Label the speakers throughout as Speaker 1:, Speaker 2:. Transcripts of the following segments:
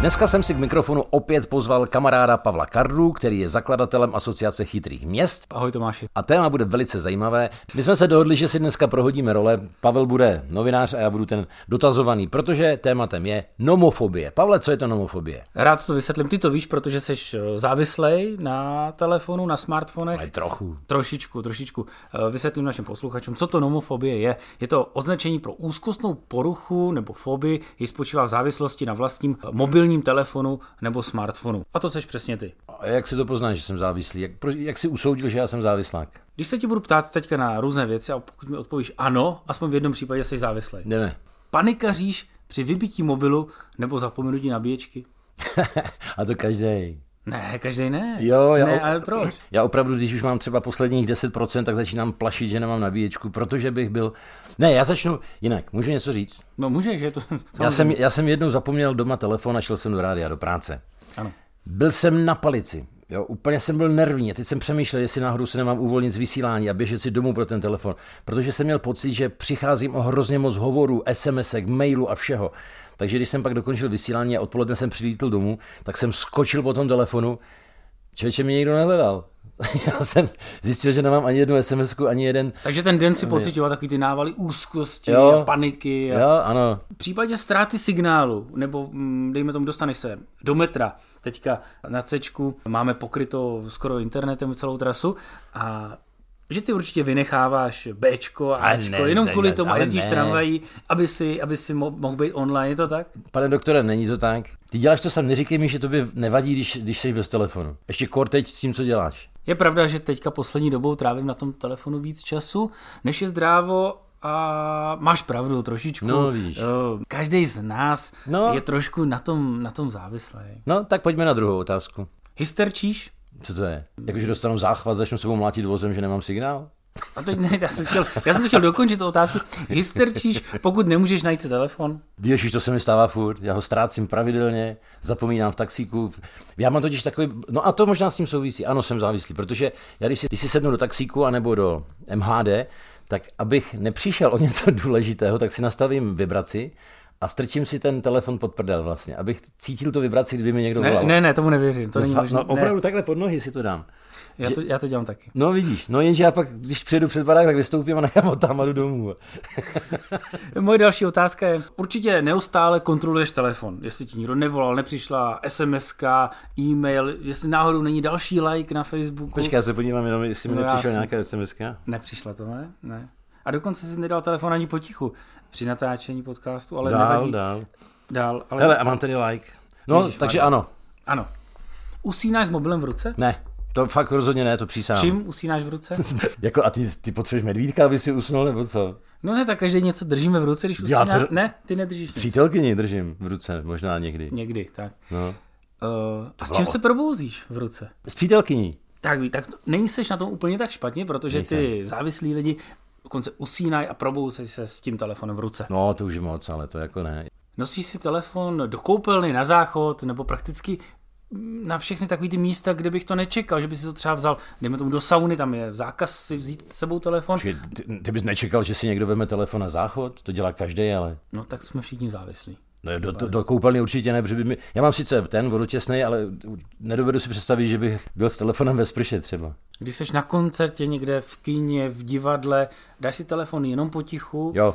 Speaker 1: Dneska jsem si k mikrofonu opět pozval kamaráda Pavla Kardu, který je zakladatelem Asociace chytrých měst.
Speaker 2: Ahoj Tomáši.
Speaker 1: A téma bude velice zajímavé. My jsme se dohodli, že si dneska prohodíme role. Pavel bude novinář a já budu ten dotazovaný, protože tématem je nomofobie. Pavle, co je to nomofobie?
Speaker 2: Rád to vysvětlím, ty to víš, protože jsi eh, závislej na telefonu, na smartfonech.
Speaker 1: Ale trochu.
Speaker 2: Trošičku, trošičku. eh, Vysvětlím našim posluchačům, co to nomofobie je. Je to označení pro úzkostnou poruchu nebo fobii, jež spočívá v závislosti na vlastním eh, mobilním telefonu nebo smartfonu. A to seš přesně ty.
Speaker 1: A jak si to poznáš, že jsem závislý? Jak, jak si usoudil, že já jsem závislák?
Speaker 2: Když se ti budu ptát teďka na různé věci a pokud mi odpovíš ano, aspoň v jednom případě jsi závislý.
Speaker 1: Ne, ne.
Speaker 2: Panikaříš při vybití mobilu nebo zapomenutí nabíječky?
Speaker 1: a to každý.
Speaker 2: Ne, každý ne.
Speaker 1: Jo, já,
Speaker 2: ne, ale proč?
Speaker 1: já opravdu, když už mám třeba posledních 10%, tak začínám plašit, že nemám nabíječku, protože bych byl... Ne, já začnu jinak. Můžu něco říct?
Speaker 2: No můžeš, je to...
Speaker 1: Já jsem, já jsem jednou zapomněl doma telefon a šel jsem do rádia, do práce.
Speaker 2: Ano.
Speaker 1: Byl jsem na palici. Jo, úplně jsem byl nervní. A teď jsem přemýšlel, jestli náhodou se nemám uvolnit z vysílání a běžet si domů pro ten telefon, protože jsem měl pocit, že přicházím o hrozně moc hovorů, SMSek, mailu a všeho. Takže když jsem pak dokončil vysílání a odpoledne jsem přilítl domů, tak jsem skočil po tom telefonu. Člověče mě nikdo nehledal. Já jsem zjistil, že nemám ani jednu sms ani jeden.
Speaker 2: Takže ten den si pocitoval takový ty návaly úzkosti jo, a paniky.
Speaker 1: A... Jo, ano.
Speaker 2: V případě ztráty signálu, nebo mm, dejme tomu, dostaneš se do metra, teďka na cečku máme pokryto skoro internetem celou trasu a že ty určitě vynecháváš Bčko a Ačko, ne, jenom kvůli ne, tomu a jezdíš ne. tramvají, aby si, aby si mo- mohl být online, je to tak?
Speaker 1: Pane doktore, není to tak. Ty děláš to sám, neříkej mi, že to by nevadí, když, když jsi bez telefonu. Ještě kor teď s tím, co děláš.
Speaker 2: Je pravda, že teďka poslední dobou trávím na tom telefonu víc času, než je zdrávo a máš pravdu trošičku.
Speaker 1: No, víš.
Speaker 2: Každý z nás
Speaker 1: no.
Speaker 2: je trošku na tom, na tom závislý.
Speaker 1: No, tak pojďme na druhou otázku.
Speaker 2: Hysterčíš?
Speaker 1: Co to je? Jakože dostanu záchvat, začnu sebou mlátit vozem, že nemám signál?
Speaker 2: A teď ne, já jsem, chtěl, já jsem to chtěl dokončit tu otázku. Hysterčíš, pokud nemůžeš najít si telefon?
Speaker 1: Ježíš, to se mi stává furt, já ho ztrácím pravidelně, zapomínám v taxíku. Já mám totiž takový, no a to možná s tím souvisí, ano, jsem závislý, protože já když si, když si sednu do taxíku anebo do MHD, tak abych nepřišel o něco důležitého, tak si nastavím vibraci a strčím si ten telefon pod prdel vlastně, abych cítil tu vibraci, kdyby mi někdo
Speaker 2: ne,
Speaker 1: volal.
Speaker 2: Ne, ne, tomu nevěřím, to no, není možné.
Speaker 1: No opravdu
Speaker 2: ne.
Speaker 1: takhle pod nohy si to dám.
Speaker 2: Já to, já to dělám taky.
Speaker 1: No vidíš, no jenže já pak, když přijedu před barák, tak vystoupím a nechám tam a jdu domů.
Speaker 2: Moje další otázka je, určitě neustále kontroluješ telefon, jestli ti někdo nevolal, nepřišla SMS, e-mail, jestli náhodou není další like na Facebooku.
Speaker 1: Počkej, já se podívám jenom, jestli mi
Speaker 2: No, já
Speaker 1: nepřišla
Speaker 2: jsem-
Speaker 1: nějaká SMS.
Speaker 2: Nepřišla to, ne? Ne. A dokonce jsi nedal telefon ani potichu při natáčení podcastu, ale
Speaker 1: Dál,
Speaker 2: nevadí.
Speaker 1: dál.
Speaker 2: Dál, ale
Speaker 1: Hele, a mám tady like. No,
Speaker 2: Ježišmarja.
Speaker 1: takže ano,
Speaker 2: ano. Usínáš s mobilem v ruce?
Speaker 1: ne, to fakt rozhodně ne, to přísahám.
Speaker 2: Čím usínáš v ruce?
Speaker 1: Jako, a ty, ty potřebuješ medvídka, aby si usnul, nebo co?
Speaker 2: No ne, tak každý něco držíme v ruce, když
Speaker 1: Já
Speaker 2: usínáš.
Speaker 1: to-
Speaker 2: Ne, ty nedržíš nic.
Speaker 1: Přítelkyni držím v ruce, možná někdy.
Speaker 2: Někdy, tak.
Speaker 1: No.
Speaker 2: Uh, a s čím se probouzíš v ruce?
Speaker 1: S přítelkyní.
Speaker 2: Tak ví, tak nejseš na tom úplně tak špatně, protože ty závislí lidi dokonce usínají a probouzejí se s tím telefonem v ruce.
Speaker 1: No, to už je moc, ale to jako ne.
Speaker 2: Nosíš si telefon do koupelny, na záchod, nebo prakticky na všechny takové ty místa, kde bych to nečekal, že by si to třeba vzal, dejme tomu do sauny, tam je zákaz si vzít s sebou telefon.
Speaker 1: Že Ty, ty bys nečekal, že si někdo veme telefon na záchod? To dělá každý, ale.
Speaker 2: No tak jsme všichni závislí.
Speaker 1: No, do, do, do koupelny určitě ne, protože by mi... Já mám sice ten vodotěsnej, ale nedovedu si představit, že bych byl s telefonem ve sprše třeba.
Speaker 2: Když jsi na koncertě někde v kyně, v divadle, dáš si telefon jenom potichu,
Speaker 1: Jo,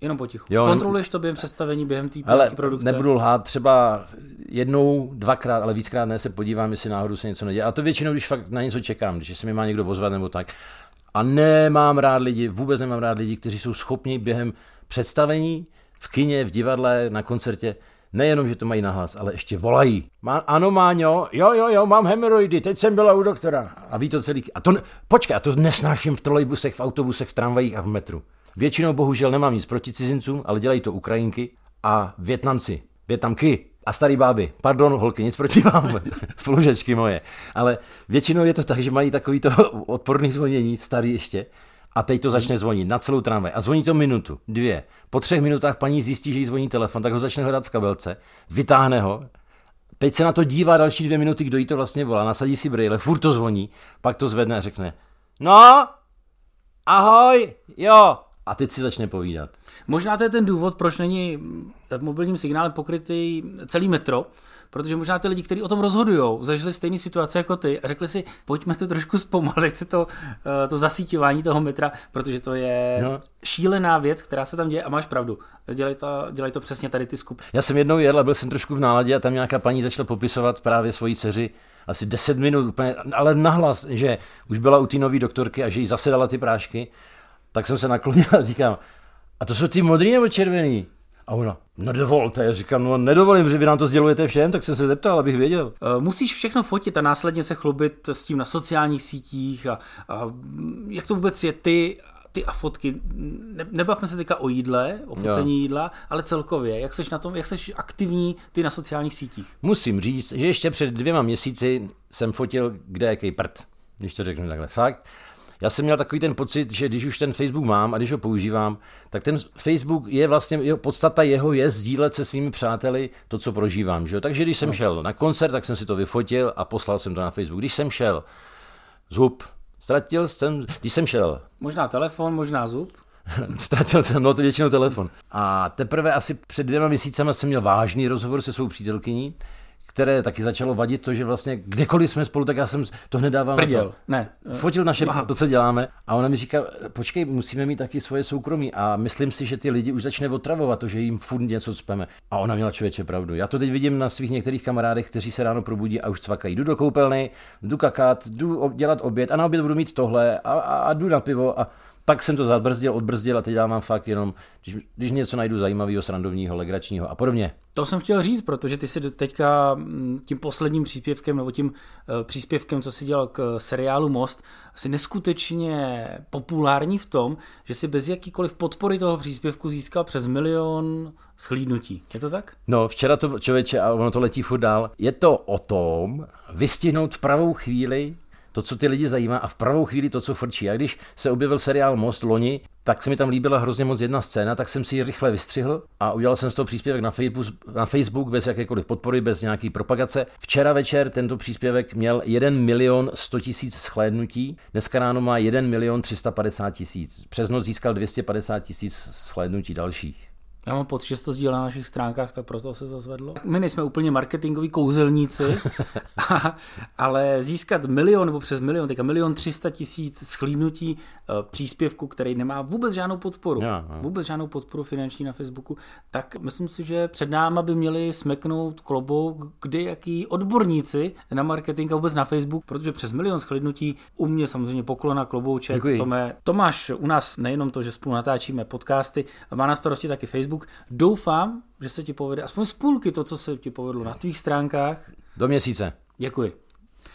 Speaker 2: jenom potichu.
Speaker 1: Jo,
Speaker 2: Jo, Kontroluješ to během představení, během té
Speaker 1: ale
Speaker 2: produkce.
Speaker 1: nebudu lhát, třeba jednou, dvakrát, ale víckrát ne, se podívám, jestli náhodou se něco neděje. A to většinou, když fakt na něco čekám, když se mi má někdo pozvat nebo tak. A nemám rád lidi, vůbec nemám rád lidi, kteří jsou schopni během představení v kině, v divadle, na koncertě, nejenom, že to mají nahlas, ale ještě volají. Má, ano, Máňo, jo, jo, jo, mám hemoroidy, teď jsem byla u doktora. A ví to celý. A to, ne- počkej, a to nesnáším v trolejbusech, v autobusech, v tramvajích a v metru. Většinou bohužel nemám nic proti cizincům, ale dělají to Ukrajinky a Větnamci, Větnamky a starý báby. Pardon, holky, nic proti vám, spolužečky moje. Ale většinou je to tak, že mají takový to odporný zvonění, starý ještě, a teď to začne zvonit na celou tramvaj. A zvoní to minutu, dvě. Po třech minutách paní zjistí, že jí zvoní telefon, tak ho začne hledat v kabelce, vytáhne ho, teď se na to dívá další dvě minuty, kdo jí to vlastně volá, nasadí si brýle, furt to zvoní, pak to zvedne a řekne, no, Ahoj, jo. A a teď si začne povídat.
Speaker 2: Možná to je ten důvod, proč není mobilním signálem pokrytý celý metro, protože možná ty lidi, kteří o tom rozhodují, zažili stejné situace jako ty a řekli si, pojďme to trošku zpomalit, to, eh, to zasíťování toho metra, protože to je no. šílená věc, která se tam děje a máš pravdu. Dělají to, dělají to přesně tady ty skupiny.
Speaker 1: Já jsem jednou jel a byl jsem trošku v náladě a tam nějaká paní začala popisovat právě svoji dceři, asi 10 minut úplně, ale nahlas, že už byla u té nové doktorky a že jí zase dala ty prášky, tak jsem se naklonil a říkám, a to jsou ty modrý nebo červený? A ona, no dovolte, já říkám, no nedovolím, že vy nám to sdělujete všem, tak jsem se zeptal, abych věděl.
Speaker 2: Eh, Musíš všechno fotit a následně se chlubit s tím na sociálních sítích a, a jak to vůbec je ty ty a fotky, ne, nebavme se teďka o jídle, o focení jo. jídla, ale celkově, jak seš na tom, jak seš aktivní ty na sociálních sítích?
Speaker 1: Musím říct, že ještě před dvěma měsíci jsem fotil kde jaký prd, když to řeknu takhle, fakt. Já jsem měl takový ten pocit, že když už ten Facebook mám a když ho používám, tak ten Facebook je vlastně, jeho, podstata jeho je sdílet se svými přáteli to, co prožívám. Že jo? Takže když jsem no. šel na koncert, tak jsem si to vyfotil a poslal jsem to na Facebook. Když jsem šel zhub, Ztratil jsem, když jsem šel.
Speaker 2: Možná telefon, možná zub.
Speaker 1: Ztratil jsem, no to většinou telefon. A teprve asi před dvěma měsícema jsem měl vážný rozhovor se svou přítelkyní, které taky začalo vadit to, že vlastně kdekoliv jsme spolu, tak já jsem to hned dával
Speaker 2: Prděl,
Speaker 1: na to.
Speaker 2: ne. eh,
Speaker 1: Fotil naše, Aha. to, co děláme. A ona mi říká, počkej, musíme mít taky svoje soukromí a myslím si, že ty lidi už začne otravovat to, že jim furt něco speme. A ona měla člověče pravdu. Já to teď vidím na svých některých kamarádech, kteří se ráno probudí a už cvakají. Jdu do koupelny, jdu kakat, jdu dělat oběd a na oběd budu mít tohle a, a, a jdu na pivo a pak jsem to zabrzdil, odbrzdil a teď dávám fakt jenom, když, když něco najdu zajímavého, srandovního, legračního a podobně.
Speaker 2: To jsem chtěl říct, protože ty si teďka mm, tím posledním příspěvkem nebo tím eh, příspěvkem, co si dělal k eh, seriálu Most, si neskutečně populární v tom, že si bez jakýkoliv podpory toho příspěvku získal přes milion schlídnutí. Je to tak?
Speaker 1: No, včera to člověče, a ono to letí furt dál, je to o tom vystihnout v pravou chvíli to, co ty lidi zajímá a v pravou chvíli to, co frčí. A když se objevil seriál Most loni, tak se mi tam líbila hrozně moc jedna scéna, tak jsem si ji rychle vystřihl a udělal jsem z toho příspěvek na Facebook, na Facebook bez jakékoliv podpory, bez nějaký propagace. Včera večer tento příspěvek měl 1 milion 100 tisíc schlédnutí, dneska ráno má 1 milion 350 tisíc. Přes noc získal 250 tisíc schlédnutí dalších.
Speaker 2: Já mám pocit, že to sdílel na našich stránkách, tak proto se to zvedlo. My nejsme úplně marketingoví kouzelníci, a, ale získat milion nebo přes milion, teďka milion třista tisíc schlínutí e, příspěvku, který nemá vůbec žádnou podporu, já, já. vůbec žádnou podporu finanční na Facebooku, tak myslím si, že před náma by měli smeknout klobouk, kdy jaký odborníci na marketing a vůbec na Facebook, protože přes milion schlínutí u mě samozřejmě poklona klobouček.
Speaker 1: Děkuji.
Speaker 2: Tome, Tomáš, u nás nejenom to, že spolu natáčíme podcasty, má na starosti taky Facebook, Facebook. Doufám, že se ti povede aspoň z půlky to, co se ti povedlo na tvých stránkách.
Speaker 1: Do měsíce.
Speaker 2: Děkuji.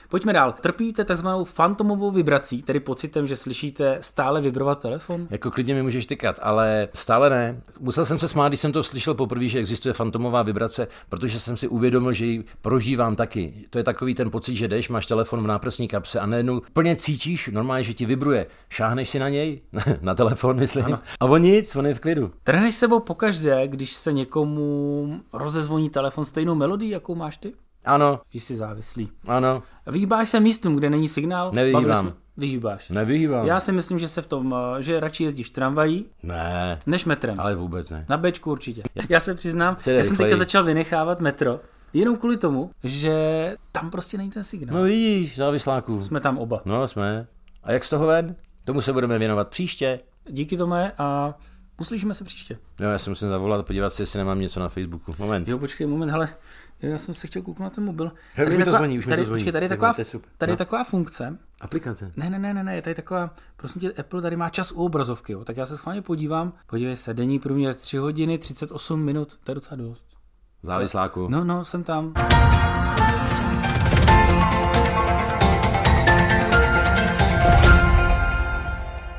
Speaker 2: Pojďme dál. Trpíte takzvanou fantomovou vibrací, tedy pocitem, že slyšíte stále vibrovat telefon?
Speaker 1: Jako klidně mi můžeš tykat, ale stále ne. Musel jsem se smát, když jsem to slyšel poprvé, že existuje fantomová vibrace, protože jsem si uvědomil, že ji prožívám taky. To je takový ten pocit, že jdeš, máš telefon v náprsní kapse a najednou plně cítíš, normálně, že ti vibruje. Šáhneš si na něj, na telefon, myslím. Ano. A on nic, on je v klidu.
Speaker 2: Trhneš sebou pokaždé, když se někomu rozezvoní telefon stejnou melodii, jakou máš ty?
Speaker 1: Ano.
Speaker 2: Jsi závislý.
Speaker 1: Ano.
Speaker 2: Vyhýbáš se místům, kde není signál?
Speaker 1: Nevyhýbám. No.
Speaker 2: Vyhýbáš.
Speaker 1: Nevyhýbám.
Speaker 2: Já si myslím, že se v tom, že radši jezdíš tramvají,
Speaker 1: ne.
Speaker 2: než metrem.
Speaker 1: Ale vůbec ne.
Speaker 2: Na Bčku určitě. Já se přiznám,
Speaker 1: Jsi
Speaker 2: já jsem
Speaker 1: rychleji.
Speaker 2: teďka začal vynechávat metro, jenom kvůli tomu, že tam prostě není ten signál.
Speaker 1: No vidíš, závisláků.
Speaker 2: Jsme tam oba.
Speaker 1: No jsme. A jak z toho ven? Tomu se budeme věnovat příště.
Speaker 2: Díky Tome a uslyšíme se příště.
Speaker 1: Jo, já si musím zavolat a podívat se, jestli nemám něco na Facebooku. Moment.
Speaker 2: Jo, počkej, moment, hele, já jsem se chtěl kouknout na ten mobil.
Speaker 1: Hele, už mi to
Speaker 2: taková-
Speaker 1: zvoní, už mi
Speaker 2: tady,
Speaker 1: to zvoní.
Speaker 2: Počkej, tady je
Speaker 1: Tak
Speaker 2: taková,
Speaker 1: máte sup.
Speaker 2: tady
Speaker 1: No.
Speaker 2: je taková funkce,
Speaker 1: Aplikace.
Speaker 2: Ne, ne, ne, ne, ne, je tady taková, prosím tě, Apple tady má čas u obrazovky, jo, tak já se schválně podívám, podívej se, denní průměr 3 hodiny 38 minut, to je docela dost.
Speaker 1: Závisláku.
Speaker 2: No, no, jsem tam.